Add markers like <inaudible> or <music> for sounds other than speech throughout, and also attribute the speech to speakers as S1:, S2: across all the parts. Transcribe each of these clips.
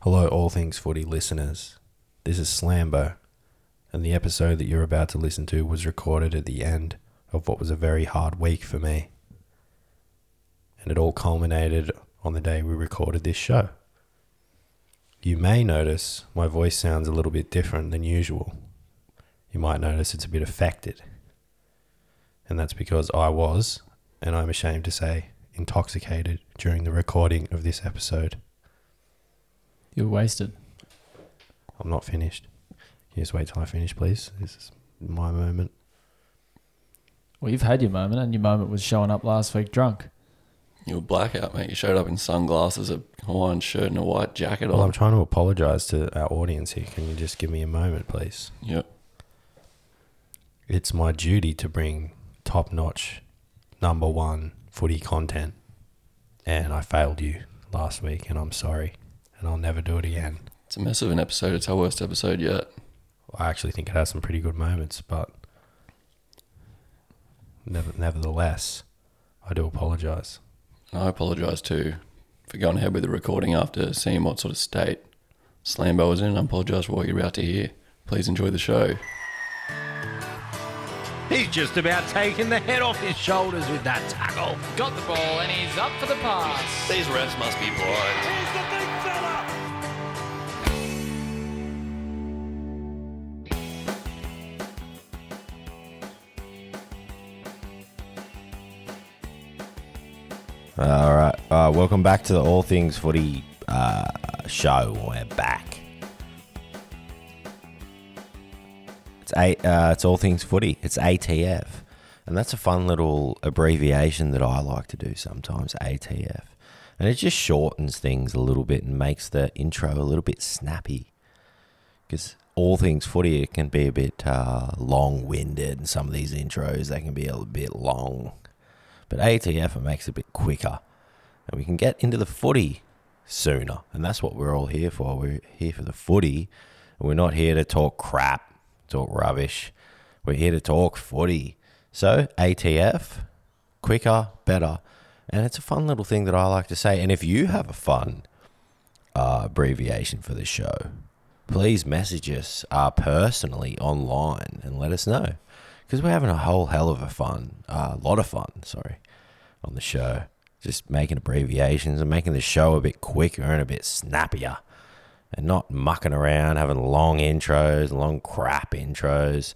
S1: Hello, all things footy listeners. This is Slambo, and the episode that you're about to listen to was recorded at the end of what was a very hard week for me. And it all culminated on the day we recorded this show. You may notice my voice sounds a little bit different than usual. You might notice it's a bit affected. And that's because I was, and I'm ashamed to say, intoxicated during the recording of this episode.
S2: You're wasted.
S1: I'm not finished. Can you just wait till I finish, please? This is my moment.
S2: Well, you've had your moment, and your moment was showing up last week drunk.
S3: You were blackout, mate. You showed up in sunglasses, a Hawaiian shirt, and a white jacket
S1: Well, I'm
S3: on.
S1: trying to apologize to our audience here. Can you just give me a moment, please?
S3: Yep.
S1: It's my duty to bring top notch, number one footy content. And I failed you last week, and I'm sorry. And I'll never do it again.
S3: It's a mess of an episode. It's our worst episode yet.
S1: I actually think it has some pretty good moments, but never, nevertheless, I do apologize.
S3: And I apologise too for going ahead with the recording after seeing what sort of state Slambo was in. I apologise for what you're about to hear. Please enjoy the show.
S4: He's just about taking the head off his shoulders with that tackle.
S5: Got the ball and he's up for the pass.
S3: These refs must be blind.
S6: All right. Uh, welcome back to the All Things Footy uh, show. We're back. It's eight. Uh, it's All Things Footy. It's ATF, and that's a fun little abbreviation that I like to do sometimes. ATF, and it just shortens things a little bit and makes the intro a little bit snappy. Because All Things Footy it can be a bit uh, long-winded, and some of these intros they can be a bit long. But ATF it makes it a bit quicker. And we can get into the footy sooner. And that's what we're all here for. We're here for the footy. And we're not here to talk crap, talk rubbish. We're here to talk footy. So ATF, quicker, better. And it's a fun little thing that I like to say. And if you have a fun uh, abbreviation for this show, please message us uh, personally online and let us know because we're having a whole hell of a fun, a lot of fun, sorry, on the show. Just making abbreviations and making the show a bit quicker and a bit snappier and not mucking around, having long intros, long crap intros.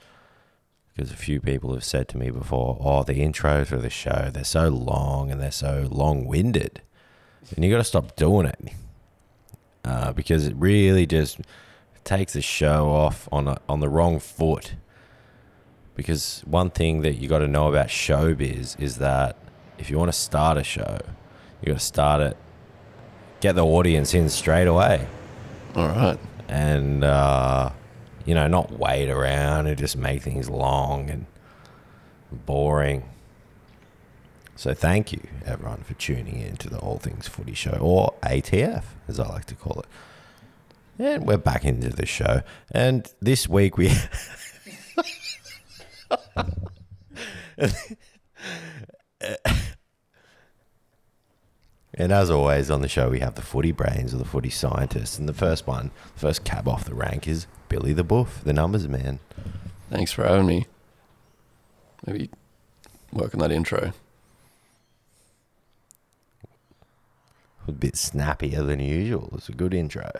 S6: Because a few people have said to me before, oh, the intros for the show, they're so long and they're so long winded. And you got to stop doing it uh, because it really just takes the show off on, a, on the wrong foot because one thing that you got to know about showbiz is that if you want to start a show, you got to start it, get the audience in straight away,
S3: All right.
S6: and uh, you know not wait around and just make things long and boring. So thank you everyone for tuning in to the All Things Footy Show or ATF as I like to call it. And we're back into the show, and this week we. And as always on the show, we have the footy brains or the footy scientists. And the first one, the first cab off the rank is Billy the Boof, the numbers man.
S3: Thanks for having me. Maybe work on that intro.
S6: A bit snappier than usual. It's a good intro.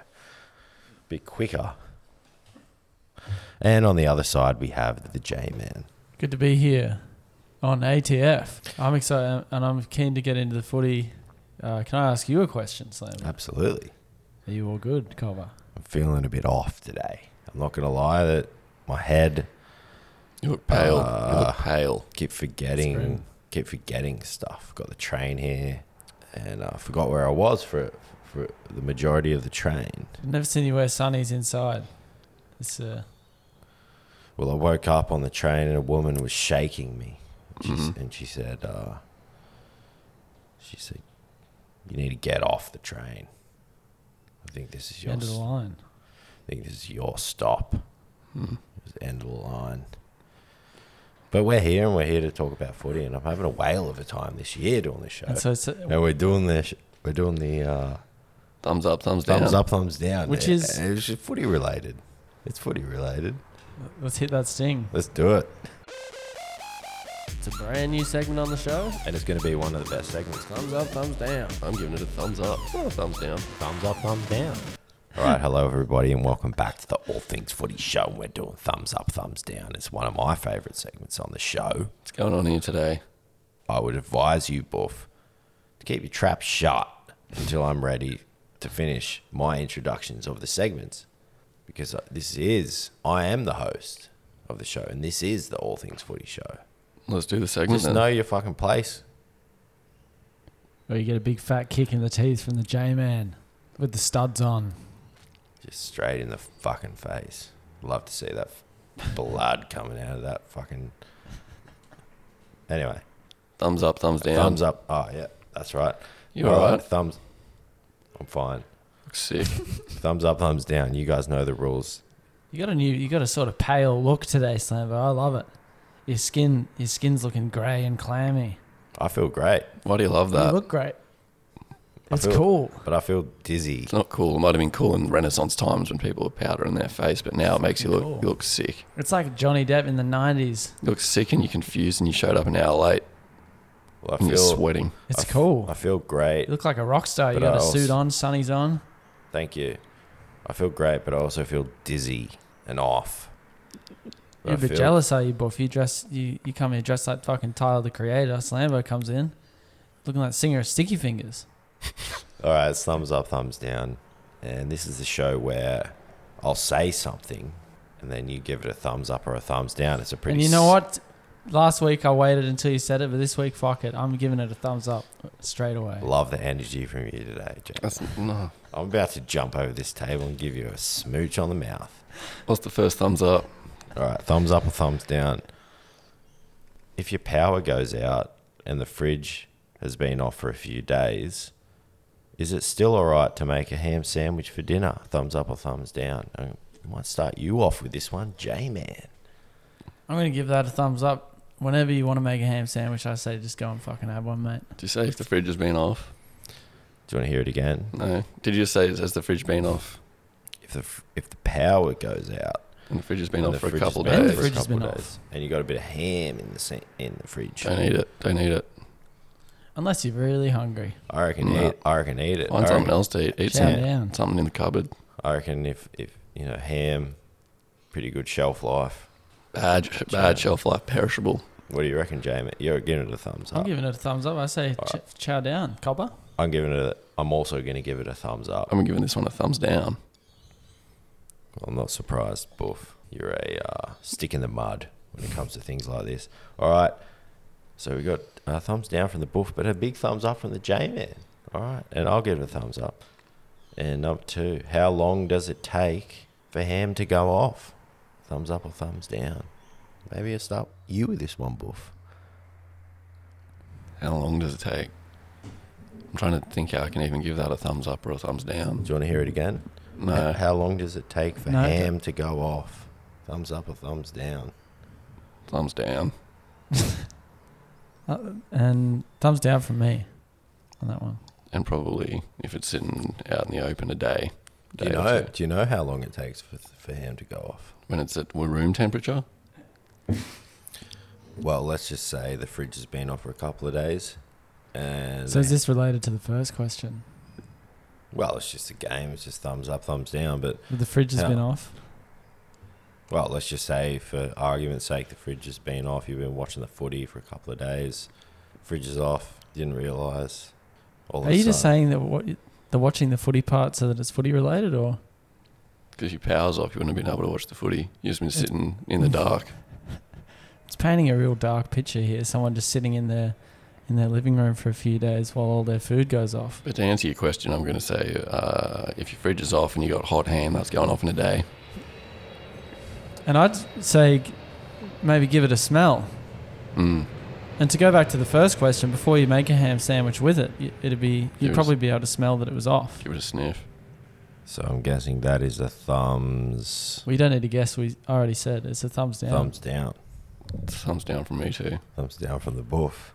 S6: bit quicker. And on the other side, we have the J Man.
S2: Good to be here on ATF. I'm excited and I'm keen to get into the footy. Uh, can I ask you a question, Slam?
S6: Absolutely.
S2: Are you all good, Cobber?
S6: I'm feeling a bit off today. I'm not going to lie that my head
S3: You look pale. you
S6: Uh,
S3: look pale.
S6: keep forgetting keep forgetting stuff got the train here and i forgot where i was for for the majority of the train
S2: I've never seen you wear sunnies inside. It's uh,
S6: well i woke up on the train and a woman was shaking me and she, s and she said uh, she said you need to get off the train i think this is your
S2: end of the
S6: s-
S2: line.
S6: I think this is your stop. It was the end of the line. But we're here and we're here to talk about footy, and I'm having a whale of a time this year doing this show.
S2: And so, it's,
S6: And we're doing the sh- we're doing the uh,
S3: Thumbs up, thumbs down.
S6: Thumbs up, thumbs down.
S2: Which
S6: Yeah,
S2: is-
S6: it's just footy related. It's footy related.
S2: Let's hit that sting.
S6: Let's do it.
S2: It's a brand new segment on the show.
S6: And it's going to be one of the best segments.
S3: Thumbs up, thumbs down. I'm giving it a thumbs up. Thumbs down.
S6: Thumbs up, thumbs down. All right, hello everybody, and welcome back to the All Things Footy Show. We're doing thumbs up, thumbs down. It's one of my favourite segments on the show.
S3: What's going on here today?
S6: I would advise you, Buff, to keep your trap shut until I'm ready to finish my introductions of the segments, because uh, this is I am the host of the show, and this is the All Things Footy Show.
S3: Let's do the segment.
S6: Just
S3: Then.
S6: know your fucking place.
S2: Where you get a big fat kick in the teeth from the J Man with the studs on.
S6: Just straight in the fucking face. Love to see that f- blood coming out of that fucking. Anyway,
S3: Thumbs up, thumbs down.
S6: thumbs up. Oh yeah, that's right.
S3: You alright?
S6: Thumbs. I'm fine.
S3: Looks Sick.
S6: Thumbs up, thumbs down. You guys know the rules.
S2: You got a new, you got a sort of pale look today, Slambo. I love it. Your skin, your skin's looking grey and clammy.
S6: I feel great,
S3: Why do you love that?
S2: you look great.
S6: I
S2: It's
S6: feel-
S2: cool.
S6: but I feel dizzy.
S3: it's not cool. It might have been cool in Renaissance times when people were powdering their face, but now it makes you look
S2: cool.
S3: you look sick.
S2: It's like Johnny Depp in the '90s.
S3: You look sick and you're confused and you showed up an hour late
S6: Well, I
S3: and you're
S6: feel.
S3: sweating.
S2: It's
S6: I f-
S2: cool.
S6: I feel great.
S2: you look like a rock star. You
S6: But I
S2: got a
S6: also-
S2: suit on, sunnies on.
S6: Thank you. I feel great, but I also feel dizzy and off. But
S2: You're
S6: I
S2: a bit
S6: feel-
S2: jealous, are you, Buff? You dress, you, you come here dressed like fucking Tyler the Creator. Slambo comes in, looking like singer of Sticky Fingers.
S6: All right, it's thumbs up, thumbs down. And this is the show where I'll say something and then you give it a thumbs up or a thumbs down. It's a pretty
S2: and you know
S6: s-
S2: what? Last week I waited until you said it, but this week, fuck it, I'm giving it a thumbs up straight away.
S6: Love the energy from you today, Jack.
S3: That's no.
S6: I'm about to jump over this table and give you a smooch on the mouth.
S3: What's the first thumbs up?
S6: All right, thumbs up or thumbs down. If your power goes out and the fridge has been off for a few days, is it still all right to make a ham sandwich for dinner? Thumbs up or thumbs down? I might start you off with this one, J man.
S2: I'm gonna give that a thumbs up. Whenever you want to make a ham sandwich, I say just go and fucking have one, mate.
S3: Did you say if the fridge has been off?
S6: Do you want to hear it again?
S3: No. Did you just say has the fridge been off?
S6: If the f- if the power goes out,
S3: And the fridge has been
S6: and the
S3: off for a
S6: fridge has
S3: couple
S6: been off
S2: And the
S3: days.
S6: for a
S2: fridge has
S6: couple
S2: been off.
S6: days, and you got a bit of ham in the sa- in the fridge,
S3: Don't eat it. Don't eat it.
S2: Unless you're really hungry.
S6: I reckon
S3: No.
S6: eat. I reckon eat it.
S3: Find
S6: I reckon-
S3: something else to eat. Eat
S2: Chow
S3: something,
S2: down.
S3: something in the cupboard.
S6: I reckon if if you know ham, pretty good shelf life.
S3: Bad, bad shelf life, perishable.
S6: What do you reckon, Jamie? You're giving it a thumbs up.
S2: I'm giving it a thumbs up. I say ch- chow down, copper.
S6: I'm giving it. A, I'm also going to give it a thumbs up.
S3: I'm giving this one a thumbs down.
S6: I'm not surprised, Boof. You're a uh, stick in the mud when it comes to things like this. All right. So we got a thumbs down from the Boof, but a big thumbs up from the J man. All right, and I'll give it a thumbs up. And number two, how long does it take for ham to go off? Thumbs up or thumbs down? Maybe I'll start you with this one, Boof.
S3: How long does it take? I'm trying to think how I can even give that a thumbs up or a thumbs down.
S6: Do you want to hear it again? H-
S3: No.
S6: How long does it take for
S2: No.
S6: ham to go off? Thumbs up or thumbs down?
S3: Thumbs down.
S2: Uh, And thumbs down from me on that one.
S3: And probably if it's sitting out in the open a day.
S6: Do
S3: day
S6: you
S3: or
S6: know?
S3: two.
S6: Do you know how long it takes for for ham to go off?
S3: When it's at room temperature?
S6: Well, let's just say the fridge has been off for a couple of days, and
S2: So is this related to the first question?
S6: well, it's just a game. It's just thumbs up, thumbs down. But
S2: The fridge has
S6: Yeah.
S2: been off.
S6: well, let's just say for argument's sake, the fridge has been off. You've been watching the footy for a couple of days. Fridge is off. Didn't realise. All of
S2: Are
S6: a
S2: you just
S6: sudden-
S2: saying that what the watching the footy part so that it's footy related, or
S3: Because your power's off, you wouldn't have been able to watch the footy. You've just been sitting in the dark.
S2: it's painting a real dark picture here? Someone just sitting in their in their living room for a few days while all their food goes off.
S3: But to answer your question, I'm going to say uh, if your fridge is off and you got hot ham, that's going off in a day.
S2: And I'd say g- maybe give it a smell.
S3: Mm.
S2: And to go back to the first question, before you make a ham sandwich with it, y- it'd be
S3: It
S2: you'd
S3: was-
S2: probably be able to smell that it was off.
S3: Give it a sniff.
S6: So I'm guessing that is a thumbs
S2: We don't need to guess. We already said it's a thumbs down.
S6: thumbs down.
S3: Thumbs down from me too.
S6: Thumbs down from the boof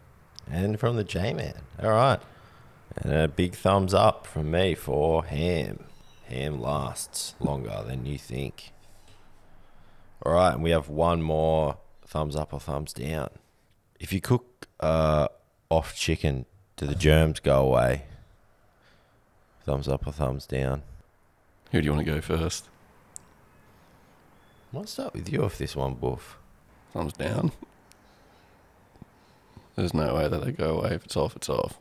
S6: and from the J man. All right. And a big thumbs up from me for ham. Ham lasts longer than you think. All right, and we have one more thumbs up or thumbs down. If you cook uh, off chicken, do the germs go away? Thumbs up or thumbs down?
S3: Who do you want to go first?
S6: I might start with you off this one, Boof.
S3: Thumbs down. There's no way that they go away. If it's off, it's off.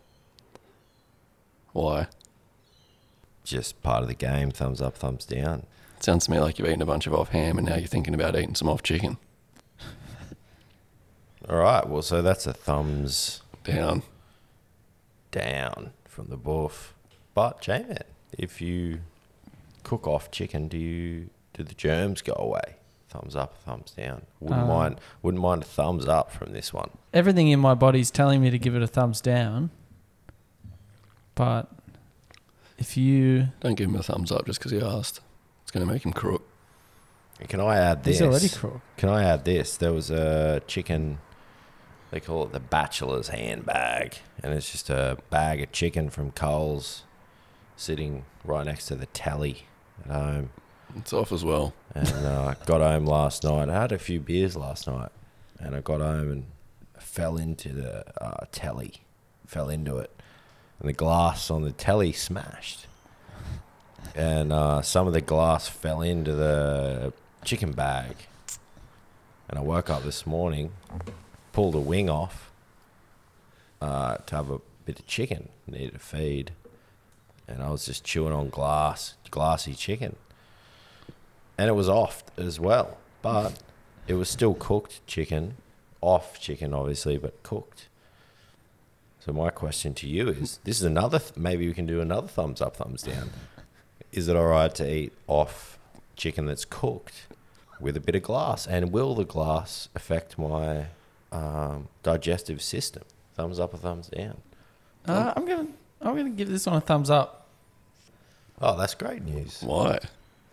S3: Why?
S6: Just part of the game. Thumbs up, thumbs down.
S3: It sounds to me like you've eaten a bunch of off ham and now you're thinking about eating some off chicken.
S6: All right, well, so that's a thumbs
S3: Down.
S6: down from the boof. But Jamin, if you cook off chicken, do you do the germs go away? Thumbs up, thumbs down. Wouldn't
S2: Um,
S6: mind. Wouldn't mind a thumbs up from this one.
S2: Everything in my body's telling me to give it a thumbs down. But if you
S3: Don't give him a thumbs up just because he asked. It's going to make him crook.
S6: And can I add this?
S2: he's already crook.
S6: Can I add this? There was a chicken. They call it the bachelor's handbag, and it's just a bag of chicken from Coles, sitting right next to the telly at home.
S3: It's off as well.
S6: and uh, got home last night. I had a few beers last night, and I got home and fell into the uh, telly, fell into it, and the glass on the telly smashed, and uh, some of the glass fell into the chicken bag, and I woke up this morning, pulled a wing off uh, to have a bit of chicken, needed a feed. And I was just chewing on glass, glassy chicken and it was off as well, but it was still cooked chicken, off chicken obviously, but cooked. So my question to you is: This is another. Th- maybe we can do another thumbs up, thumbs down. Is it all right to eat off chicken that's cooked with a bit of glass? And will the glass affect my um, digestive system? Thumbs up or thumbs down?
S2: Uh, I'm gonna I'm gonna give this one a thumbs up.
S6: Oh, that's great news.
S3: Why?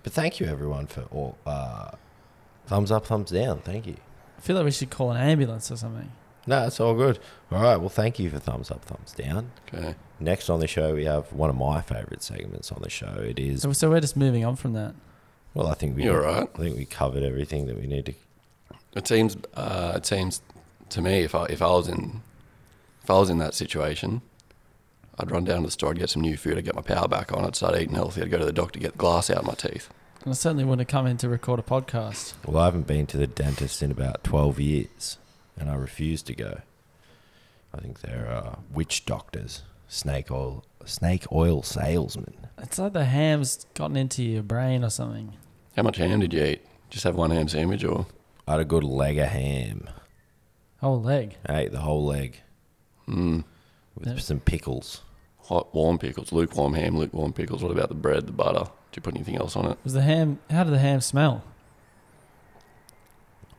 S6: But thank you everyone for all uh, thumbs up, thumbs down. Thank you.
S2: I feel like we should call an ambulance or something.
S6: No, it's all good. All right. Well, thank you for thumbs up, thumbs down.
S3: Okay.
S6: Next on the show, we have one of my favorite segments on the show. It is
S2: So, so we're just moving on from that.
S6: well, I think we
S3: You're right.
S6: I think we covered everything that we need to.
S3: It seems. Uh, it seems to me if I if I was in if I was in that situation, I'd run down to the store, I'd get some new food, I'd get my power back on, I'd start eating healthy, I'd go to the doctor, get the glass out of my teeth.
S2: And I certainly wouldn't have come in to record a podcast.
S6: Well, I haven't been to the dentist in about twelve years, and I refuse to go. I think they're uh, witch doctors, snake oil, snake oil salesmen.
S2: It's like the ham's gotten into your brain or something.
S3: How much ham did you eat? Just have one ham sandwich or
S6: I had a good leg of ham.
S2: Whole leg.
S6: I ate the whole leg
S3: mm,
S6: with
S2: Yep.
S6: some pickles.
S3: hot warm pickles, lukewarm ham, lukewarm pickles. What about the bread, the butter? Did you put anything else on it?
S2: Was the ham? How did the ham smell?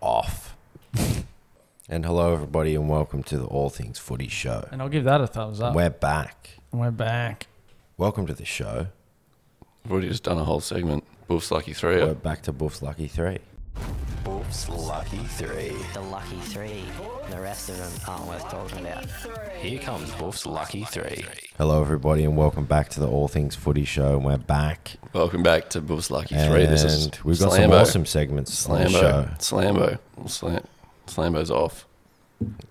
S6: off. and hello, everybody, and welcome to the All Things Footy Show.
S2: And I'll give that a thumbs up.
S6: We're back.
S2: We're back.
S6: Welcome to the show.
S3: We've already just done a whole segment. Wolf's Lucky Three.
S6: We're back to Buff's Lucky Three. Buff's Lucky Three.
S7: the lucky three. The rest of them aren't worth talking about.
S6: Here comes Buff's Lucky Three. Hello, everybody, and welcome back to the All Things Footy Show. And we're back.
S3: Welcome back to Wolf's Lucky
S6: And
S3: Three. This is
S6: we've got some
S3: Slambo.
S6: awesome segments on the show.
S3: Slambo. Slambo. Well, Slam- Slambo's off.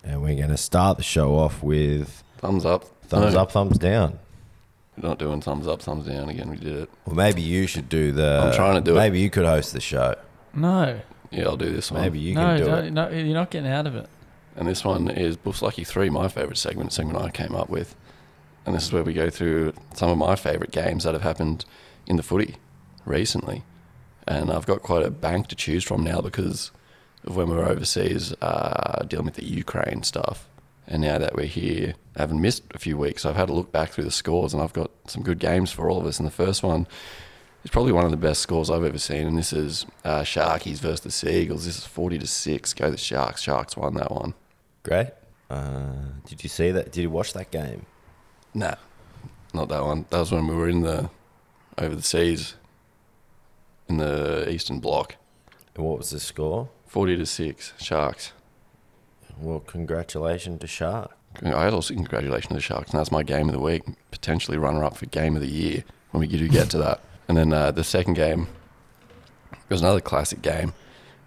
S6: And we're going to start the show off with
S3: Thumbs up.
S6: thumbs
S3: No,
S6: up, thumbs down.
S3: We're not doing thumbs up, thumbs down again. We did it.
S6: Well, maybe you should do the.
S3: I'm trying to do it.
S6: Maybe you could host the show.
S2: No,
S3: Yeah, I'll do this one.
S6: Maybe you
S2: no,
S6: can do
S2: don't,
S6: it.
S2: no, you're not getting out of it.
S3: And this one is Buff's Lucky Three, my favourite segment, segment I came up with. And this is where we go through some of my favourite games that have happened in the footy recently. And I've got quite a bank to choose from now because of when we were overseas uh, dealing with the Ukraine stuff. And now that we're here, I haven't missed a few weeks. I've had a look back through the scores and I've got some good games for all of us. And the first one is probably one of the best scores I've ever seen. And this is uh, Sharkies versus the Seagulls. This is 40 to 6. Go the Sharks. Sharks won that one.
S6: Great. Uh, did you see that? Did you watch that game?
S3: Nah, not that one. That was when we were in the over the seas in the Eastern Bloc,
S6: And what was the score?
S3: forty to six Sharks.
S6: Well, congratulations to Shark.
S3: I also congratulations to the Sharks, and that's my game of the week, potentially runner up for game of the year when we do get to that. And then uh, the second game was another classic game.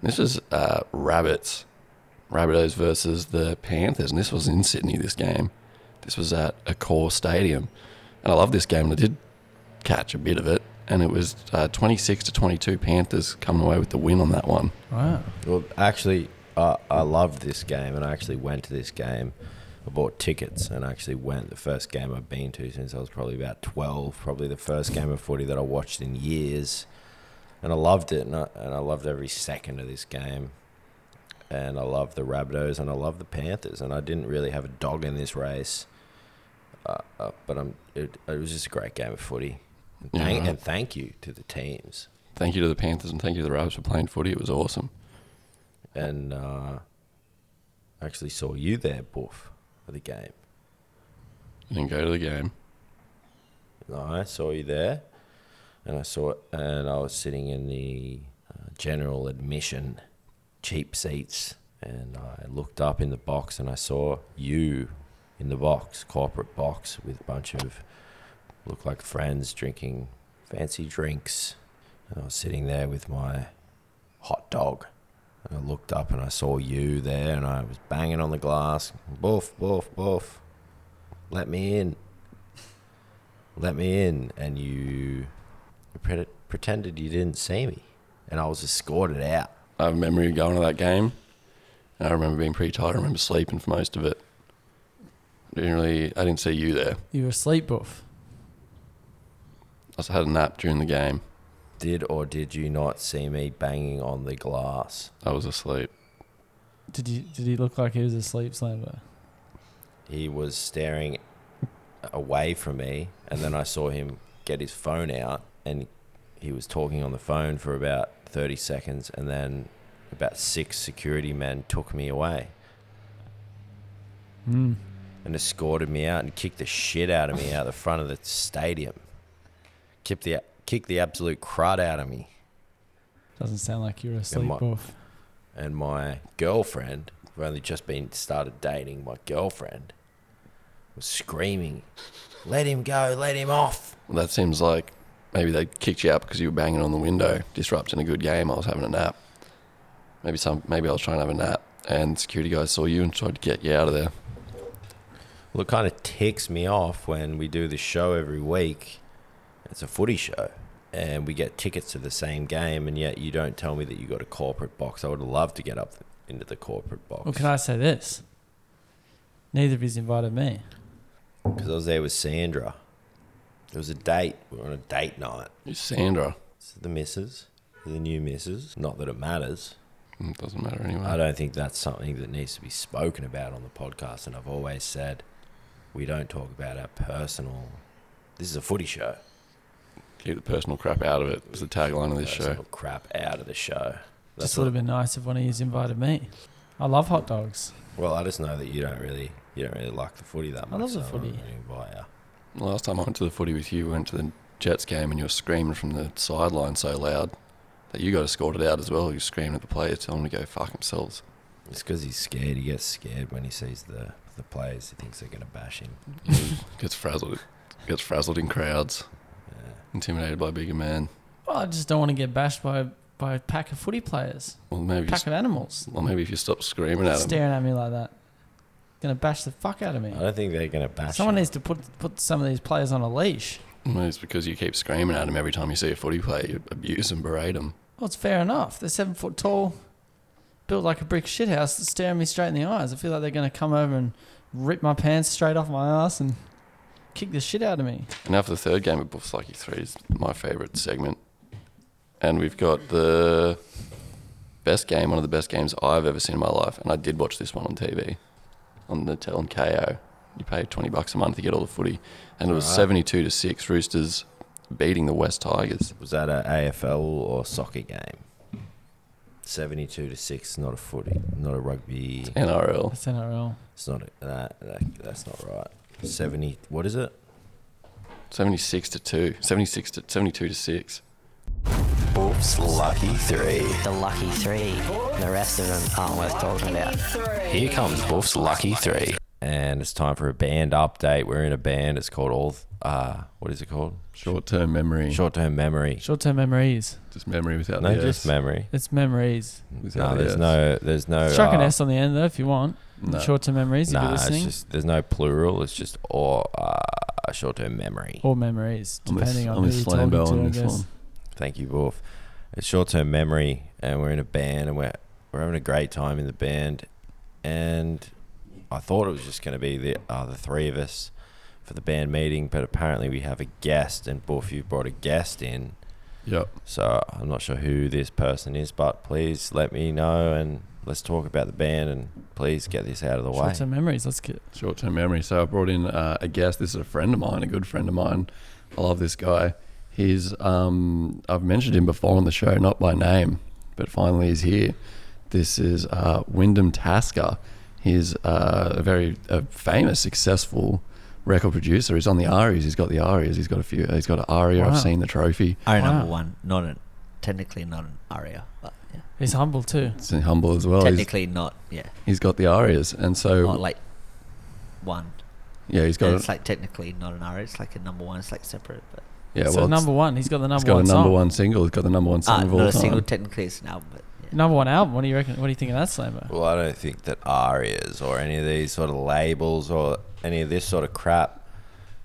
S3: This is uh, Rabbits, Rabbitohs versus the Panthers, and this was in Sydney. This game, this was at a core stadium, and I love this game, and I did catch a bit of it. And it was uh, 26 to 22 Panthers coming away with the win on that one.
S2: Wow.
S6: Well, actually, I I loved this game, and I actually went to this game. I bought tickets and actually went the first game I've been to since I was probably about twelve. Probably the first game of footy that I watched in years, and I loved it, and I, and I loved every second of this game. And I love the Rabbitohs, and I love the Panthers, and I didn't really have a dog in this race, uh, uh, but I'm. It, it was just a great game of footy, and
S3: Yeah,
S6: thank,
S3: right.
S6: and thank you to the teams.
S3: Thank you to the Panthers and thank you to the Rabbits for playing footy. It was awesome.
S6: and uh, actually saw you there, Boof, for the game.
S3: I didn't go to the game.
S6: And I saw you there, and I saw, and I was sitting in the uh, general admission, cheap seats, and I looked up in the box and I saw you in the box, corporate box, with a bunch of look like friends drinking fancy drinks. And I was sitting there with my hot dog. And I looked up and I saw you there, and I was banging on the glass. Boof, boof, boof. Let me in. Let me in. And you pre- pretended you didn't see me. And I was escorted out.
S3: I have a memory of going to that game. And I remember being pretty tired. I remember sleeping for most of it. Didn't really, I didn't see you there.
S2: You were asleep, buff.
S3: I just had a nap during the game.
S6: Did or did you not see me banging on the glass?
S3: I was asleep.
S2: Did you? Did he look like he was asleep, Slambo?
S6: He was staring away from me, and then I saw him get his phone out, and he was talking on the phone for about 30 seconds, and then about six security men took me away
S2: Mm.
S6: and escorted me out and kicked the shit out of me out the front of the stadium. Kicked the, kicked the absolute crud out of me.
S2: Doesn't sound like you're asleep,
S6: my-
S2: buff.
S6: and my girlfriend, who've only just been started dating, my girlfriend was screaming, "Let him go! Let him off!"
S3: Well, that seems like maybe they kicked you out because you were banging on the window, disrupting a good game. I was having a nap. Maybe some, maybe I was trying to have a nap, and security guys saw you and tried to get you out of there.
S6: Well, it kind of ticks me off when we do the show every week. It's a footy show, and we get tickets to the same game, and yet you don't tell me that you got a corporate box. I would love to get up into the corporate box
S2: Well,
S6: because
S2: can I say this? Neither of you's invited me.
S6: I was there with Sandra. It was a date. We were on a date night.
S3: You Sandra.
S6: So the missus, the new missus. Not that it matters.
S3: It Mm, doesn't matter anyway.
S6: I don't think that's something that needs to be spoken about on the podcast. And I've always said we don't talk about our personal. This is a footy show.
S3: Keep the personal crap out of it. It's the tagline of this show.
S6: Personal crap out of the show. That's
S2: Just would have been nice if one of you's invited me. I love hot dogs.
S6: well, I just know that you don't really, you don't really like the footy that
S2: I
S6: much.
S2: love the
S6: so
S2: footy.
S6: I'm gonna invite you.
S3: Last time I went to the footy with you, we went to the Jets game and you were screaming from the sideline so loud that you got escorted out as well. You were screaming at the players, telling them to go fuck themselves.
S6: It's because he's scared. He gets scared when he sees the the players. He thinks they're going to bash him.
S3: Gets frazzled. Gets frazzled in crowds. Intimidated by a bigger man.
S2: Well, I just don't want to get bashed by by a pack of footy players,
S3: Well, maybe.
S2: pack
S3: Just,
S2: of animals,
S3: well, maybe if you stop screaming at them.
S2: staring at me like that. Gonna bash the fuck out of me.
S6: I don't think they're going to bash.
S2: Someone
S6: him.
S2: needs to put put some of these players on a leash.
S3: Maybe it's because you keep screaming at them every time you see a footy player. You abuse and berate them.
S2: Well, it's fair enough. They're seven foot tall, built like a brick shithouse, staring me straight in the eyes. I feel like they're gonna come over and rip my pants straight off my ass and kick the shit out of me.
S3: And now for the third game of Buffs Lucky 3 is my favourite segment. And we've got the best game, one of the best games I've ever seen in my life. And I did watch this one on TV, on the Tell and KO. You pay 20 bucks a month to get all the footy. And it was 72 to 6 Roosters beating the West Tigers.
S6: was that a AFL or soccer game? Seventy-two to six. Not a footy. Not a rugby.
S3: NRL.
S2: That's NRL.
S6: It's not a, that, that. That's not right. Seventy. What is it?
S3: 76 to 2. 76 to 72 to 6.
S7: The lucky three. The rest of them aren't worth talking about.
S8: Here comes Wolf's Lucky Three.
S6: and it's time for a band update. We're in a band. It's called all. Uh, what is it called?
S3: Short term memory.
S6: Short term memory.
S2: Short term memories.
S3: Just memory without
S6: No,
S3: the
S6: just
S3: S.
S6: memory.
S2: It's memories.
S3: Without
S6: No,
S3: the
S6: there's
S3: S.
S6: no. There's no.
S2: Chuck an
S6: uh,
S2: S on the end though if you want.
S3: Oh, No.
S2: Short term memories. if
S6: Nah,
S2: you're listening.
S6: it's just there's no plural. It's just or uh, short term memory.
S2: or memories,
S3: I'm a-
S2: depending on,
S3: I'm a
S2: who you're talking
S3: slam bell
S2: to.
S3: on
S2: I
S3: this
S2: guess.
S3: one.
S6: Thank you, Wolf. It's short term memory, and we're in a band, and we're we're having a great time in the band. And I thought it was just going to be the uh, the three of us for the band meeting, but apparently we have a guest, and Wolf, you brought a guest in.
S3: Yep.
S6: So I'm not sure who this person is, but please let me know, and let's talk about the band, and please get this out of the way.
S2: Short term memories. Let's get.
S3: Short term memory. So I brought in uh, a guest. This is a friend of mine, a good friend of mine. I love this guy. He's, um, I've mentioned him before on the show, not by name, but finally he's here. This is uh, Wyndham Tasker. He's uh, a very a famous, successful record producer. He's on the Arias. He's got the Arias. He's got a few. He's got an Aria.
S2: Wow.
S3: I've seen the trophy.
S2: Wow.
S8: Aria number one, not an technically not an aria, but yeah.
S2: He's humble too.
S3: It's humble as well. He's,
S8: technically not. Yeah,
S3: he's got the Arias, and so
S8: not like one.
S3: yeah, he's
S8: And
S3: got
S8: it's like technically not an aria. It's like a number one. It's like separate. But
S3: yeah.
S2: so
S3: well, it's-
S2: number one, he's got the number
S3: he's got a
S2: one
S3: number
S2: song.
S3: one single. He's got the number one
S8: ah,
S3: single of all
S8: not a
S3: time.
S8: single. Technically, it's an album. But yeah.
S2: Number one album. What do you reckon? What do you think of that slammer?
S6: Well, I don't think that arias or any of these sort of labels or any of this sort of crap.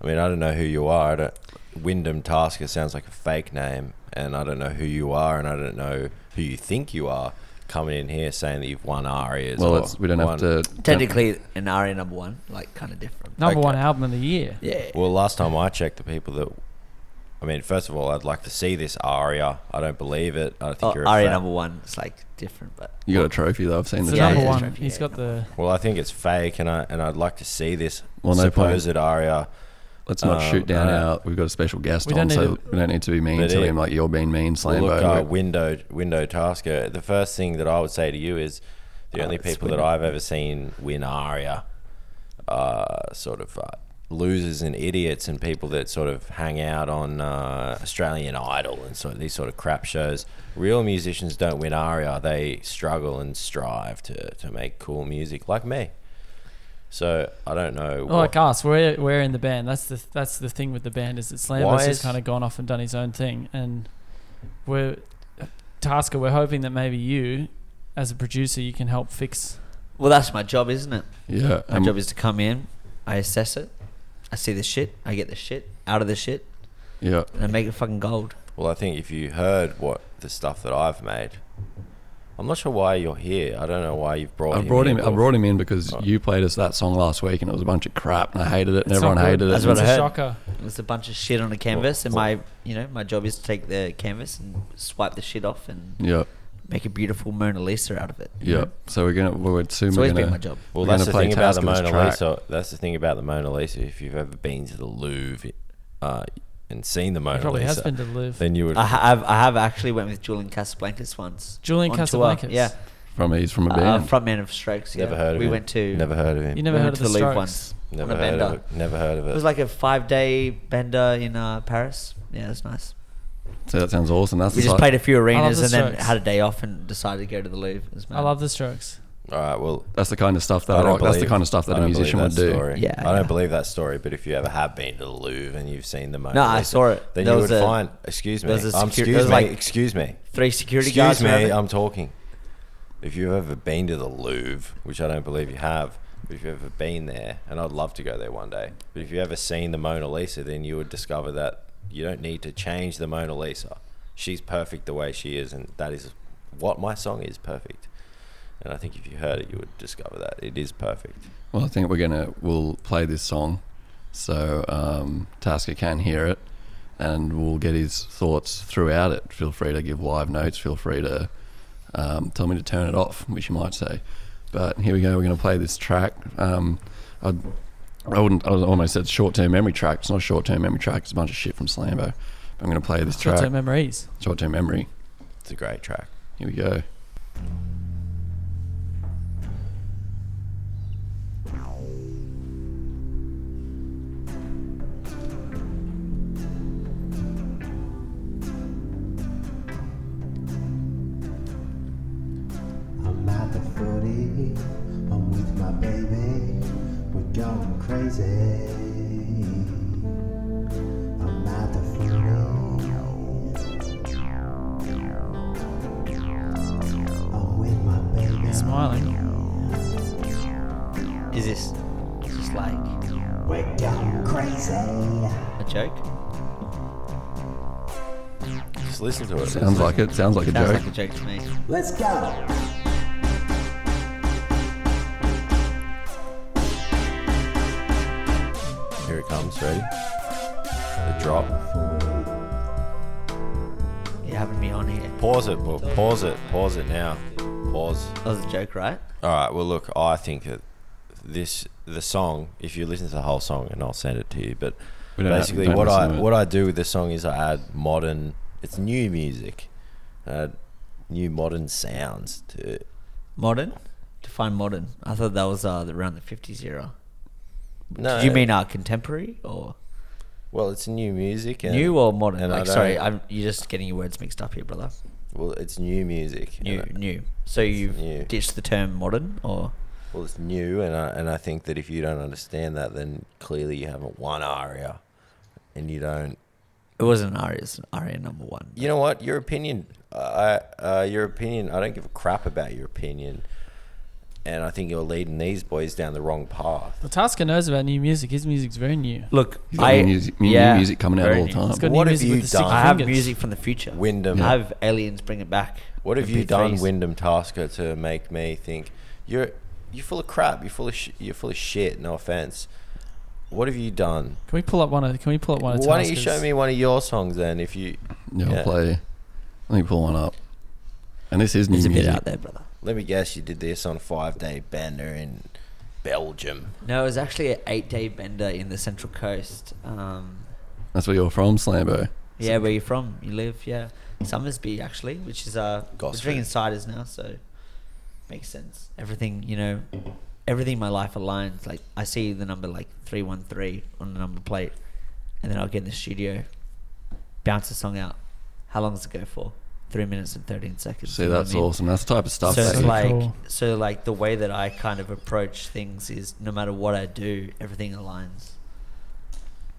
S6: I mean, I don't know who you are. I don't, Wyndham Tasker sounds like a fake name, and I don't know who you are, and I don't know who you think you are coming in here saying that you've won arias.
S3: Well,
S6: or
S3: it's, we don't have
S6: won-
S3: to.
S8: Technically, an aria number one, like kind of different.
S2: Number
S6: Okay.
S2: one album of the year.
S8: Yeah.
S6: Well, last time I checked, the people that. I mean, first of all, I'd like to see this aria. I don't believe it. I think
S8: Oh,
S6: you're a
S8: aria
S6: fake-
S8: number one is like different, but
S3: You got a trophy though. I've seen
S2: It's
S3: the
S2: the
S8: Yeah,
S3: trophy.
S2: number
S8: yeah,
S2: one.
S8: yeah,
S2: he's got
S8: yeah,
S2: the.
S6: Well, I think it's fake, and I and I'd like to see this
S3: Well, no point.
S6: supposed aria.
S3: Let's not
S6: Um,
S3: shoot down
S6: uh,
S3: our. We've got a special guest
S2: We don't
S3: on,
S2: need
S3: so
S2: to-
S3: we don't need to be mean
S6: But
S3: to
S6: it-
S3: him like you're being mean, Slambo.
S6: Look, uh, window window tasker. The first thing that I would say to you is the
S3: Uh,
S6: only
S3: it's
S6: people that
S3: window.
S6: I've ever seen win aria, uh, sort of. Uh, Losers and idiots and people that sort of hang out on uh, Australian Idol and sort of these sort of crap shows. Real musicians don't win aria; they struggle and strive to, to make cool music, like me. So I don't know.
S2: Oh, like us, we're we're in the band. That's the that's the thing with the band is that
S6: Why
S2: Slammer's
S6: is-
S2: just kind of gone off and done his own thing, and we're Tasker. We're hoping that maybe you, as a producer, you can help fix.
S8: well, that's my job, isn't it?
S3: yeah,
S8: My
S3: um,
S8: job is to come in, I assess it, I see the shit, I get the shit out of the shit,
S3: yeah.
S8: and I make it fucking gold.
S6: Well, I think if you heard what the stuff that I've made, I'm not sure why you're here. I don't know why you've brought.
S3: I
S6: him
S3: brought
S6: here,
S3: him. I
S6: Wolf.
S3: brought him in because you played us that song last week, and it was a bunch of crap, and I hated it, and
S2: It's not
S3: everyone
S2: good.
S3: hated
S8: That's
S3: it.
S8: what
S2: It's
S8: I
S2: a
S8: heard.
S2: shocker.
S8: It's a bunch of shit on a canvas, and my you know my job is to take the canvas and swipe the shit off and
S3: Yeah,
S8: make a beautiful Mona Lisa out of it.
S3: yeah. So we're gonna. We're soon.
S8: It's
S3: we're
S8: always
S3: gonna,
S8: been my job.
S6: Well,
S3: we're
S6: that's the
S3: gonna play
S6: thing about the
S3: Tasker's
S6: Mona
S3: track.
S6: Lisa. That's the thing about the Mona Lisa. If you've ever been to the Louvre uh, and seen the
S2: He
S6: Mona
S2: probably has
S6: Lisa,
S2: been to live.
S6: then you would.
S8: I ha- I've, I have actually went with Julian Casablancas once.
S2: Julian
S8: on tour.
S2: Casablancas.
S8: yeah,
S3: From he's from a
S8: uh,
S3: band.
S8: frontman of Strokes. Yeah.
S6: never heard of
S8: we
S6: him.
S8: went to
S6: Never heard of him.
S2: You
S8: we
S2: never
S8: went
S2: heard of
S8: to
S2: the
S8: Louvre
S2: Strokes.
S8: once
S6: never
S8: on a
S6: heard
S8: bender.
S6: of it. Never heard of it.
S8: It was like a five day bender in uh, Paris. Yeah, it was nice.
S3: so that sounds awesome. That's
S8: We
S3: the
S8: just
S3: site-
S8: played a few arenas
S2: the
S8: and then
S2: Strokes.
S8: had a day off and decided to go to the Louvre. It was
S2: I
S8: mad.
S2: love the Strokes.
S6: All right. Well,
S3: That's the kind of stuff
S6: I
S3: that
S6: don't
S3: rock, that's the
S6: believe-
S3: kind of stuff
S6: I
S3: that a
S6: don't
S3: musician
S6: believe
S3: would
S6: that
S3: do.
S6: Story.
S8: Yeah,
S6: I don't
S8: yeah.
S6: believe that story. But if you ever have been to the Louvre and you've seen the Mona
S8: No,
S6: Lisa,
S8: I saw it.
S6: Then
S8: There
S6: you would
S8: was a-
S6: find. Excuse me.
S8: there was a
S6: um,
S8: secu- there
S6: excuse
S8: was
S6: me.
S8: like-
S6: excuse me.
S8: Three security
S6: Excuse
S8: guards. around
S6: me,
S8: it.
S6: I'm talking. If you've ever been to the Louvre, which I don't believe you have, but if you've ever been there, and I'd love to go there one day, but if you've ever seen the Mona Lisa, then you would discover that you don't need to change the Mona Lisa. She's perfect the way she is, and that is what my song is perfect. And I think if you heard it, you would discover that it is perfect.
S3: Well, I think we're gonna we'll play this song, so um, Tasker can hear it, and we'll get his thoughts throughout it. Feel free to give live notes. Feel free to um, tell me to turn it off, which you might say. But here we go. We're gonna play this track. Um, I, I wouldn't. I almost said short-term memory track. It's not a short-term memory track. It's a bunch of shit from Slambo. I'm gonna play this
S2: Short term
S3: track.
S2: memories.
S3: Short-term memory.
S6: It's a great track.
S3: Here we go.
S9: I'm at the footy, I'm with my baby. We're crazy. I'm not the fool. I'm with my baby.
S2: Smiling.
S8: Is this just like
S9: We're going crazy.
S8: a joke?
S6: Just listen to it.
S3: Sounds like it. Sounds like a
S8: Sounds
S3: joke.
S8: like a joke to me.
S9: Let's go.
S6: Here it comes. Ready? The drop.
S8: You're having me on here.
S6: Pause it. Well, pause it. Pause it now. Pause.
S8: That was a joke, right?
S6: All right. Well, look, I think that this the song. If you listen to the whole song, and I'll send it to you, but
S3: We don't have-
S6: basically,
S3: don't
S6: what
S3: listen
S6: I
S3: to it.
S6: what I do with the song is I add modern. It's new music, uh, new modern sounds to it.
S8: Modern? Define modern. I thought that was uh, around the 50s era.
S6: No,
S8: Did you mean uh, contemporary or
S6: well, it's new music. And,
S8: new or modern?
S6: and I
S8: Like, sorry,
S6: don't-
S8: I'm, you're just getting your words mixed up here, brother.
S6: Well, it's new music.
S8: New,
S6: and I-
S8: new. So you've
S6: new.
S8: ditched the term modern, or
S6: Well, it's new, and I, and I think that if you don't understand that, then clearly you haven't won aria, and you don't.
S8: it wasn't aria. It's an aria number one.
S6: You know what? Your opinion, I, uh, your opinion. I don't give a crap about your opinion, and I think you're leading these boys down the wrong path.
S2: Well, Tasker knows about new music. His music's very new.
S8: Look,
S3: He's got
S8: I
S3: new music, new
S8: yeah,
S3: music coming out
S8: very
S3: all the
S8: new.
S3: time.
S2: It's got
S6: What
S2: new
S6: have
S2: music
S6: you
S2: with the sticky
S6: done?
S8: I have
S2: fingers.
S8: music from the future.
S6: Wyndham.
S8: I have aliens bring it back.
S6: What have
S8: in
S6: you done,
S8: MP3s.
S6: Wyndham Tasker, to make me think you're you're full of crap? You're full of sh- you're full of shit. No offense. What have you done?
S2: Can we pull up one of? Can we pull up one of?
S6: Well, why don't you
S2: Tasker's?
S6: show me one of your songs then? If you
S3: Yeah,
S6: Yeah.
S3: I'll play. Let me pull one up. And this is new
S8: There's a bit
S3: music.
S8: out there, brother.
S6: let me guess, you did this on a five day bender in Belgium.
S8: No, it was actually an eight-day bender in the Central Coast. Um,
S3: That's where you're from, Slambo.
S8: yeah, where you're from, you live. Yeah, Summersby actually, which is uh, we're
S6: Gosford.
S8: drinking ciders now, so makes sense. Everything you know, everything in my life aligns. Like I see the number like three one three on the number plate, and then I'll get in the studio, bounce a song out. How long does it go for? Three minutes and thirteen seconds.
S3: See,
S8: you know what
S3: that's
S8: I mean?
S3: awesome. That's the type of stuff.
S8: So
S3: that
S8: it's
S2: So
S3: you-
S8: like
S2: cool.
S8: so like the way that I kind of approach things is no matter what I do, everything aligns.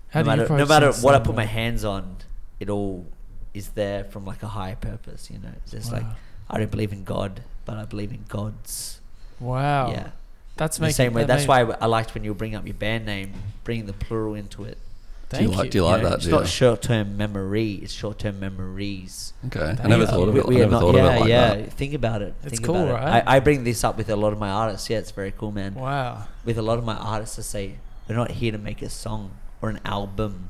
S2: How do
S8: no
S2: you
S8: matter no
S2: approach
S8: matter
S2: that
S8: what I
S2: song,
S8: put my
S2: though?
S8: hands on, it all is there from like a higher purpose, you know. It's just like
S2: Wow.
S8: I don't believe in God, but I believe in gods.
S2: Wow.
S8: Yeah.
S2: Oh, That's
S8: the
S2: making,
S8: same way.
S2: that
S8: That's
S2: made-
S8: why I liked when you bring up your band name, bringing the plural into it.
S3: do you
S2: Thank
S3: like, do you like
S8: know?
S3: that?
S8: It's
S3: do
S8: not
S3: you?
S8: short term memory, it's short term memories.
S3: Okay. I
S2: Thank
S3: never
S2: you.
S3: thought of
S8: We-
S3: it. I
S8: we are
S3: never
S8: not-
S3: thought
S8: yeah,
S3: of it like
S8: yeah.
S3: that.
S8: Think about it.
S2: It's
S8: Think
S2: cool,
S8: about it.
S2: right?
S8: I, I bring this up with a lot of my artists. Yeah, it's very cool, man.
S2: Wow.
S8: With a lot of my artists, I say we're not here to make a song or an album.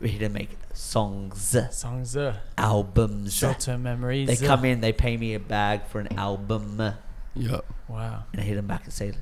S8: We're here to make songs,
S2: Songs are
S8: albums.
S2: short-term memories. uh,
S8: They come in, they pay me a bag for an album, and
S3: Yeah.
S2: Wow.
S8: I hit them back and say,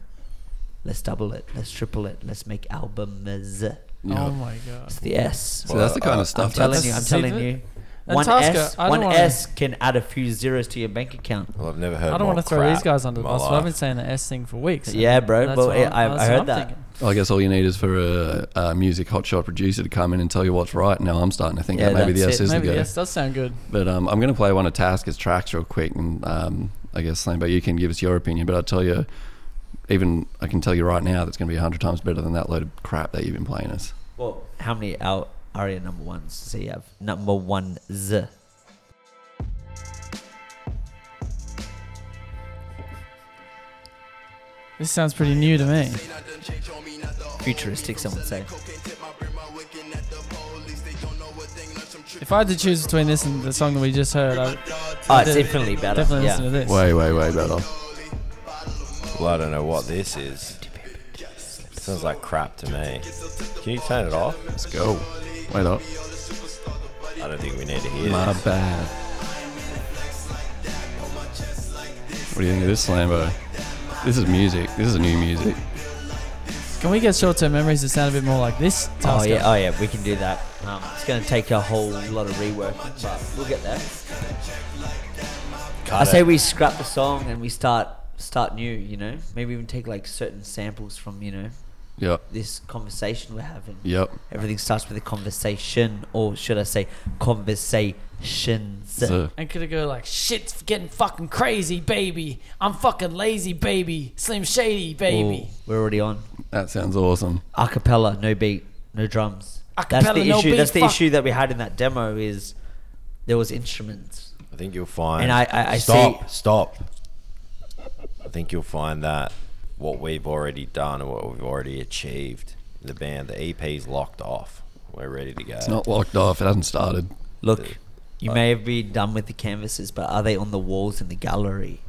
S8: "Let's double it, let's triple it, let's make albums."
S3: Yeah.
S2: Oh my god.
S8: It's the S.
S3: So that's the kind of
S8: I'm
S3: stuff
S8: telling
S3: that's
S8: you, I'm
S2: See,
S8: telling
S2: th-
S8: you.
S2: uh, and
S8: One
S2: Tasker,
S8: S,
S2: I don't
S8: one
S2: wanna-
S8: S can add a few zeros to your bank account.
S6: Well, I've never heard.
S2: I don't
S6: more
S2: want to throw
S6: crap
S2: these guys under
S6: in
S2: the
S6: my
S2: bus. but
S6: life.
S2: I've been saying the S thing for weeks. and
S8: Yeah, bro,
S2: that's
S8: but
S2: what I'm-
S8: it- I-
S2: that's
S8: I
S2: what
S8: heard
S2: I'm
S8: that.
S2: thinking.
S3: I guess all you need is for a, a music hotshot producer to come in and tell you what's right. Now I'm starting to think
S8: Yeah,
S3: that maybe the
S8: that's
S3: S
S8: it.
S3: is
S2: Maybe
S3: the go.
S2: yes, does sound good.
S3: But um, I'm going to play one of Tasker's tracks real quick, and um, I guess Slambo, you can give us your opinion. But I tell you, even I can tell you right now, that's going to be hundred times better than that load of crap that you've been playing us.
S8: Well, how many out aria number ones does he have? Number one Z.
S2: This sounds pretty new to me.
S8: Futuristic, someone say.
S2: If I had to choose between this and the song that we just heard, I would
S8: Oh, it's
S2: de-
S8: definitely better.
S2: definitely
S8: yeah.
S2: listen to this.
S3: Way, way, way better.
S6: Well, I don't know what this is. Sounds like crap to me. Can you turn it off?
S3: Let's go. Wait up.
S6: I don't think we need to hear
S8: Um,
S3: My
S6: this.
S3: bad. What do you think of this, Slambo? This is music. This is new music.
S2: Can we get short-term memories that sound a bit more like this?
S8: Oh
S2: Tasker?
S8: yeah, oh yeah, we can do that. Um, it's going to take a whole lot of rework, but we'll get there. I
S6: Cut
S8: say
S6: it.
S8: we scrap the song and we start start new. You know, maybe even take like certain samples from you know
S3: Yep.
S8: this conversation we're having.
S3: Yep.
S8: Everything starts with a conversation, or should I say, conversations?
S3: So,
S2: And could it go like, shit's getting fucking crazy, baby. I'm fucking lazy, baby. Slim Shady,
S8: Ooh,
S2: baby.
S8: we're already on.
S3: That sounds awesome.
S8: a cappella, no beat, no drums. that's
S2: cappella,
S8: the
S2: no
S8: issue.
S2: beat,
S8: that's the
S2: fuck.
S8: issue that we had in that demo is there was instruments.
S6: I think you'll find.
S8: And I- I- I
S6: stop,
S8: see-
S6: stop. I think you'll find that what we've already done, and what we've already achieved, the band, the EP's locked off. We're ready to go.
S3: It's not locked off. It hasn't started.
S8: Look,
S6: Uh,
S8: you may have been done with the canvases, but are they on the walls in the gallery?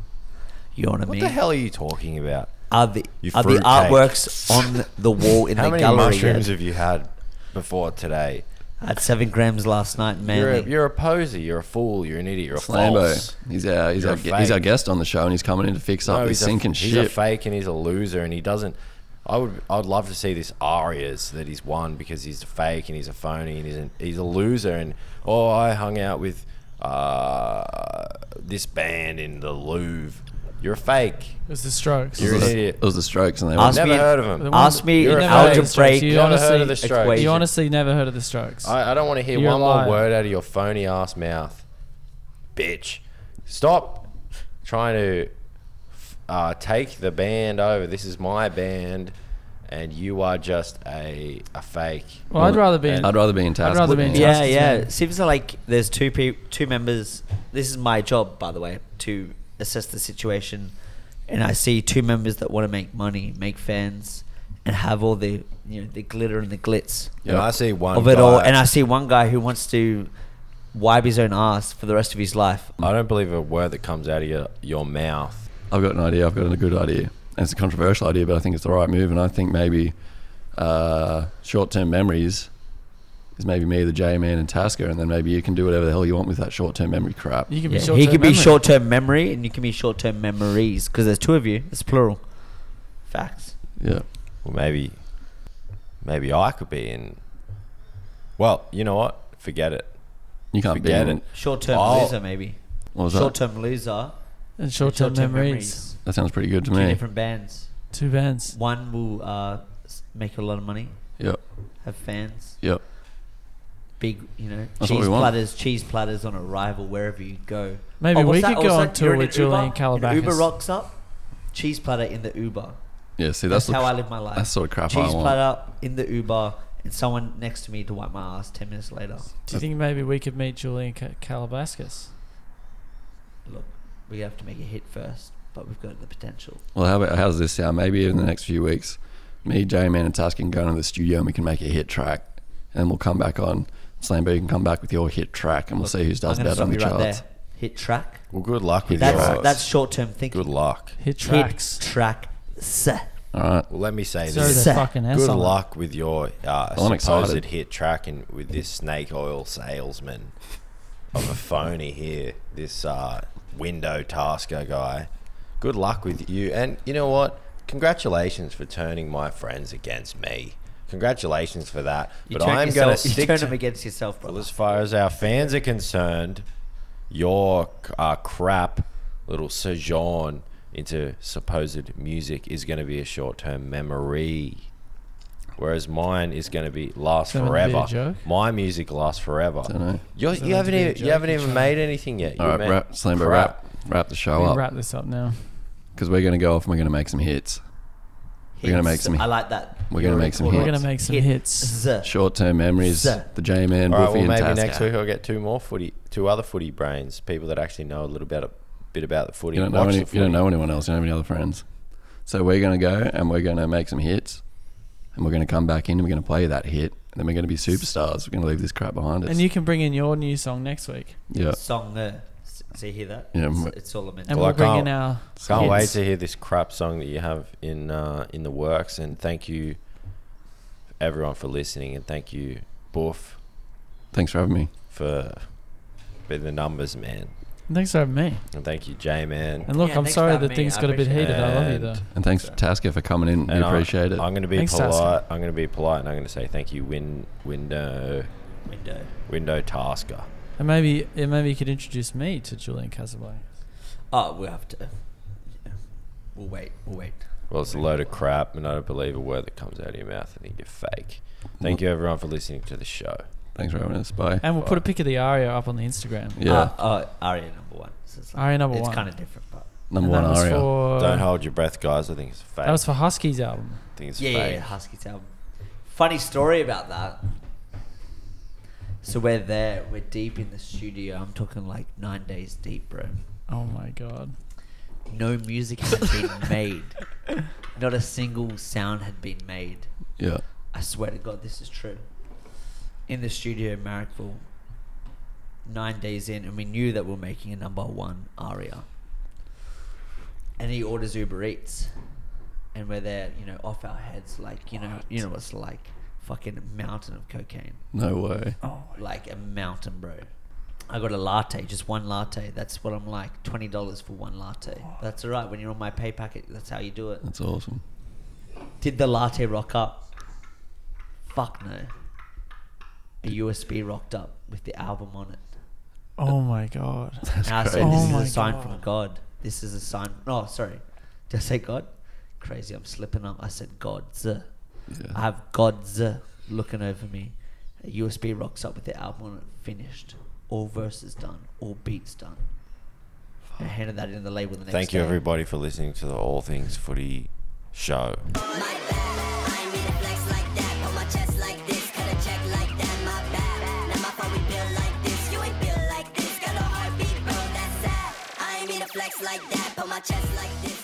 S8: You know what, I
S6: what
S8: mean?
S6: the hell are you talking about?
S8: Are the
S6: You
S8: are the
S6: fruitcake.
S8: artworks on the wall
S6: <laughs>
S8: in
S6: How
S8: the
S6: many
S8: gallery?
S6: mushrooms
S8: yet?
S6: have you had before today?
S8: I had seven grams last night,
S6: You're a,
S8: man.
S6: you're a poser. You're a fool. You're an idiot. You're a false.
S3: Slambo. He's our he's
S6: You're
S3: our,
S6: a
S3: gu- he's our
S6: fake.
S3: guest on the show, and he's coming in to fix up his
S6: he's a-
S3: sinking
S6: he's a
S3: ship.
S6: fake and he's a loser, and he doesn't. I would, I'd love to see this Arias that he's won because he's a fake and he's a phony and he's an, he's a loser. And oh, I hung out with uh, this band in the Louvre. You're a fake.
S2: It was the Strokes.
S3: It
S6: You're
S3: was
S6: an
S3: the-
S6: idiot.
S3: It was the Strokes, and they
S8: Ask
S3: were.
S6: Never
S8: me-
S6: heard of
S2: The
S6: him.
S2: one-
S8: Ask me
S6: You're
S8: an
S6: a fake.
S8: algebraic
S2: You
S6: Never heard of
S2: honestly,
S6: the Strokes.
S2: you
S8: equation.
S2: honestly never heard of the Strokes.
S6: I, I don't want to hear
S2: You're a
S6: one
S2: liar.
S6: more word out of your phony ass mouth, bitch. Stop trying to uh, take the band over. This is my band, and you are just a a fake.
S2: well, I'd rather be. in-
S3: I'd rather be in Tasman.
S2: rather be in
S8: Yeah,
S2: Justice
S8: yeah.
S2: Man.
S8: Seems like there's two pe- two members. This is my job, by the way, to assess the situation. And I see two members that want to make money, make fans, and have all the you know the glitter and the glitz
S3: Yeah.
S6: And I see one
S8: of it all.
S6: guy-
S8: And I see one guy who wants to wipe his own ass for the rest of his life.
S6: I don't believe a word that comes out of your, your mouth.
S3: I've got an idea. I've got a good idea. And it's a controversial idea, but I think it's the right move. And I think maybe uh, short-term memories is maybe me, the J-Man, and Tasker, and then maybe you can do whatever the hell you want with that short-term memory crap.
S2: You can be
S8: Yeah,
S2: short.
S8: he could be short term memory, and you can be short term memories because there's two of you. It's plural. Facts.
S3: Yeah.
S6: Well, maybe, maybe I could be in. Well, you know what? Forget it.
S3: You can't
S6: Forget
S3: be
S6: it.
S3: it.
S8: Short term
S6: Oh.
S8: loser, maybe.
S3: What was
S8: Short
S3: that?
S8: term loser.
S2: And short-term
S8: Short-term
S2: memories.
S3: That sounds pretty good to
S8: Two
S3: me.
S8: different bands.
S2: Two bands.
S8: One will uh, s- make a lot of money,
S3: Yep.
S8: have fans,
S3: Yep.
S8: big, you know,
S3: That's what
S8: cheese
S3: we want.
S8: platters, cheese platters on arrival wherever you go.
S2: Maybe
S8: Oh, what's
S2: we
S8: that?
S2: could go
S8: Also,
S2: on tour
S8: you're in
S2: with
S8: an
S2: Julian
S8: Uber,
S2: Kalabakis.
S8: an Uber rocks up, cheese platter in the Uber.
S3: Yeah. See, that's,
S8: That's,
S3: the,
S8: how I live my life.
S3: that's the sort of crap I
S8: cheese
S3: want.
S8: platter in the Uber, and someone next to me to wipe my ass ten minutes later.
S2: Do you think maybe we could meet Julian Ka- Kalabakis?
S8: Look, we have to make a hit first, but we've got the potential.
S3: Well, how about how does this sound? Maybe in the next few weeks, me, J Man, and Tusk can go into the studio and we can make a hit track, and we'll come back on. Slambo, you can come back with your hit track, and we'll see who does
S8: I'm gonna
S3: better on the
S8: stop you right
S3: charts.
S8: there. Hit track.
S6: Well, good luck with
S8: That's
S6: yours.
S8: that's short term thinking.
S6: good luck.
S2: Hit
S8: Hit
S2: tracks.
S8: track. Sir.
S3: All right.
S6: Well, let me say
S2: Throw
S6: this.
S2: the
S8: Sir.
S2: fucking ass
S6: Good
S2: on it.
S6: luck with your uh,
S3: I'm
S6: supposed
S3: excited.
S6: hit track and with this snake oil salesman of a phony here, this uh, window tasker guy. Good luck with you. And you know what? Congratulations for turning my friends against me. Congratulations for that.
S8: You
S6: but
S8: turn
S6: I'm
S8: yourself-
S6: going to
S8: You
S6: stick
S8: turn
S6: to
S8: them against yourself, brother.
S6: Well, as far as our fans are concerned, your uh, crap little sojourn into supposed music is going to be a short term memory. Whereas mine is going to be last
S2: Is that meant to be a
S6: forever.
S2: joke?
S6: My music lasts forever.
S3: Dunno.
S6: You're,
S2: that
S6: you haven't
S2: meant to be a
S6: even you
S2: joke?
S6: haven't
S2: You're
S6: even
S2: trying
S6: made anything yet.
S3: All
S6: You
S3: right.
S6: made
S3: Wrap, Slambo,
S6: crap.
S3: wrap, wrap the show
S2: We
S3: up
S2: wrap this up now.
S3: because we're going to go off and we're going to make some hits. We're going to make
S8: Hits.
S3: some
S8: I like that.
S3: We're going to make some
S2: We're gonna
S3: hits.
S2: make some
S8: Hit.
S2: hits.
S8: Z.
S3: Short term memories.
S8: Sir.
S3: The J Man,
S6: All right.
S3: Wolfie,
S6: Well,
S3: and
S6: maybe
S3: Tasker.
S6: next week I'll get two more footy, two other footy brains, people that actually know a little bit, bit about the footy.
S3: You don't know
S6: watch
S3: any,
S6: the
S3: You don't
S6: footy.
S3: know anyone else. You don't have any other friends. So we're gonna go and we're gonna make some hits, and we're gonna come back in and we're gonna play that hit, and then we're gonna be superstars. We're gonna leave this crap behind us.
S2: And you can bring in your new song next week.
S3: yeah.
S8: Song. Uh, s- so you hear that?
S3: Yeah,
S8: It's,
S3: m-
S8: it's all a mental.
S2: And
S6: Well, I
S2: we'll bring
S6: can't-
S2: in our.
S6: Can't wait
S2: hits.
S6: to hear this crap song that you have in uh, in the works, and thank you everyone for listening, and thank you Boof
S3: Thanks for having me.
S6: for being the numbers man,
S2: Thanks for having me.
S6: and thank you J man.
S2: And look,
S8: Yeah,
S2: I'm
S8: thanks
S2: sorry
S8: for
S2: that
S8: having
S2: things
S8: me. I
S2: got a bit
S8: appreciate
S2: heated. I love you
S6: And-
S2: though.
S3: And thanks, Tasker, for coming in.
S6: And
S3: we appreciate
S6: I,
S3: it.
S6: I'm going to be
S2: Thanks,
S6: polite.
S2: Tasker.
S6: I'm going to be polite, and I'm going to say thank you, Win Window
S8: window.
S6: Window Tasker.
S2: And maybe, yeah, maybe you could introduce me to Julian Casablancas.
S8: Oh, we have to. yeah. We'll wait. We'll wait.
S6: Well, it's a load of crap, and I don't believe a word that comes out of your mouth. I think you're fake. Thank you everyone for listening to the show.
S3: Thanks for having us. Bye.
S2: And we'll put a pic of the aria up on the Instagram.
S3: yeah.
S8: Uh, uh, aria number one. So it's
S2: Aria number
S8: it's
S2: one.
S8: kind of different, but
S3: Number
S2: And
S3: one
S2: that was
S3: aria.
S2: for
S6: Don't hold your breath, guys. I think it's fake.
S2: that was for Huskies album.
S6: I think it's
S8: Yeah, yeah,
S6: fake.
S8: yeah, Huskies album. Funny story about that. So we're there, we're deep in the studio. I'm talking like nine days deep, bro.
S2: Oh my god.
S8: No music had
S2: <laughs>
S8: been made. Not a single sound had been made.
S3: Yeah.
S8: I swear to God, this is true. In the studio in Marrickville, nine days in, and we knew that we are making a number one aria. And he orders Uber Eats, and we're there, you know, off our heads, like you know, you know what's like, fucking mountain of cocaine,
S3: No way.
S2: Oh.
S8: like a mountain, bro. I got a latte, just one latte. That's what I'm like. Twenty dollars for one latte. That's all right. When you're on my pay packet, that's how you do it.
S3: That's awesome.
S8: Did the latte rock up? Fuck no. A USB rocked up with the album on it.
S2: Oh my god.
S8: and I
S3: crazy.
S8: said, This
S2: Oh my
S8: is a sign
S2: God.
S8: from God. This is a sign. No, sorry. Did I say God? Crazy, I'm slipping up. I said God's. I
S3: Yeah.
S8: have God's looking over me. A USB rocks up with the album on it, finished. All verses done, all beats done. I handed that in the label the next
S6: Thank you,
S8: day.
S6: everybody, for listening to the All Things Footy show.
S10: Like that, put my chest like this.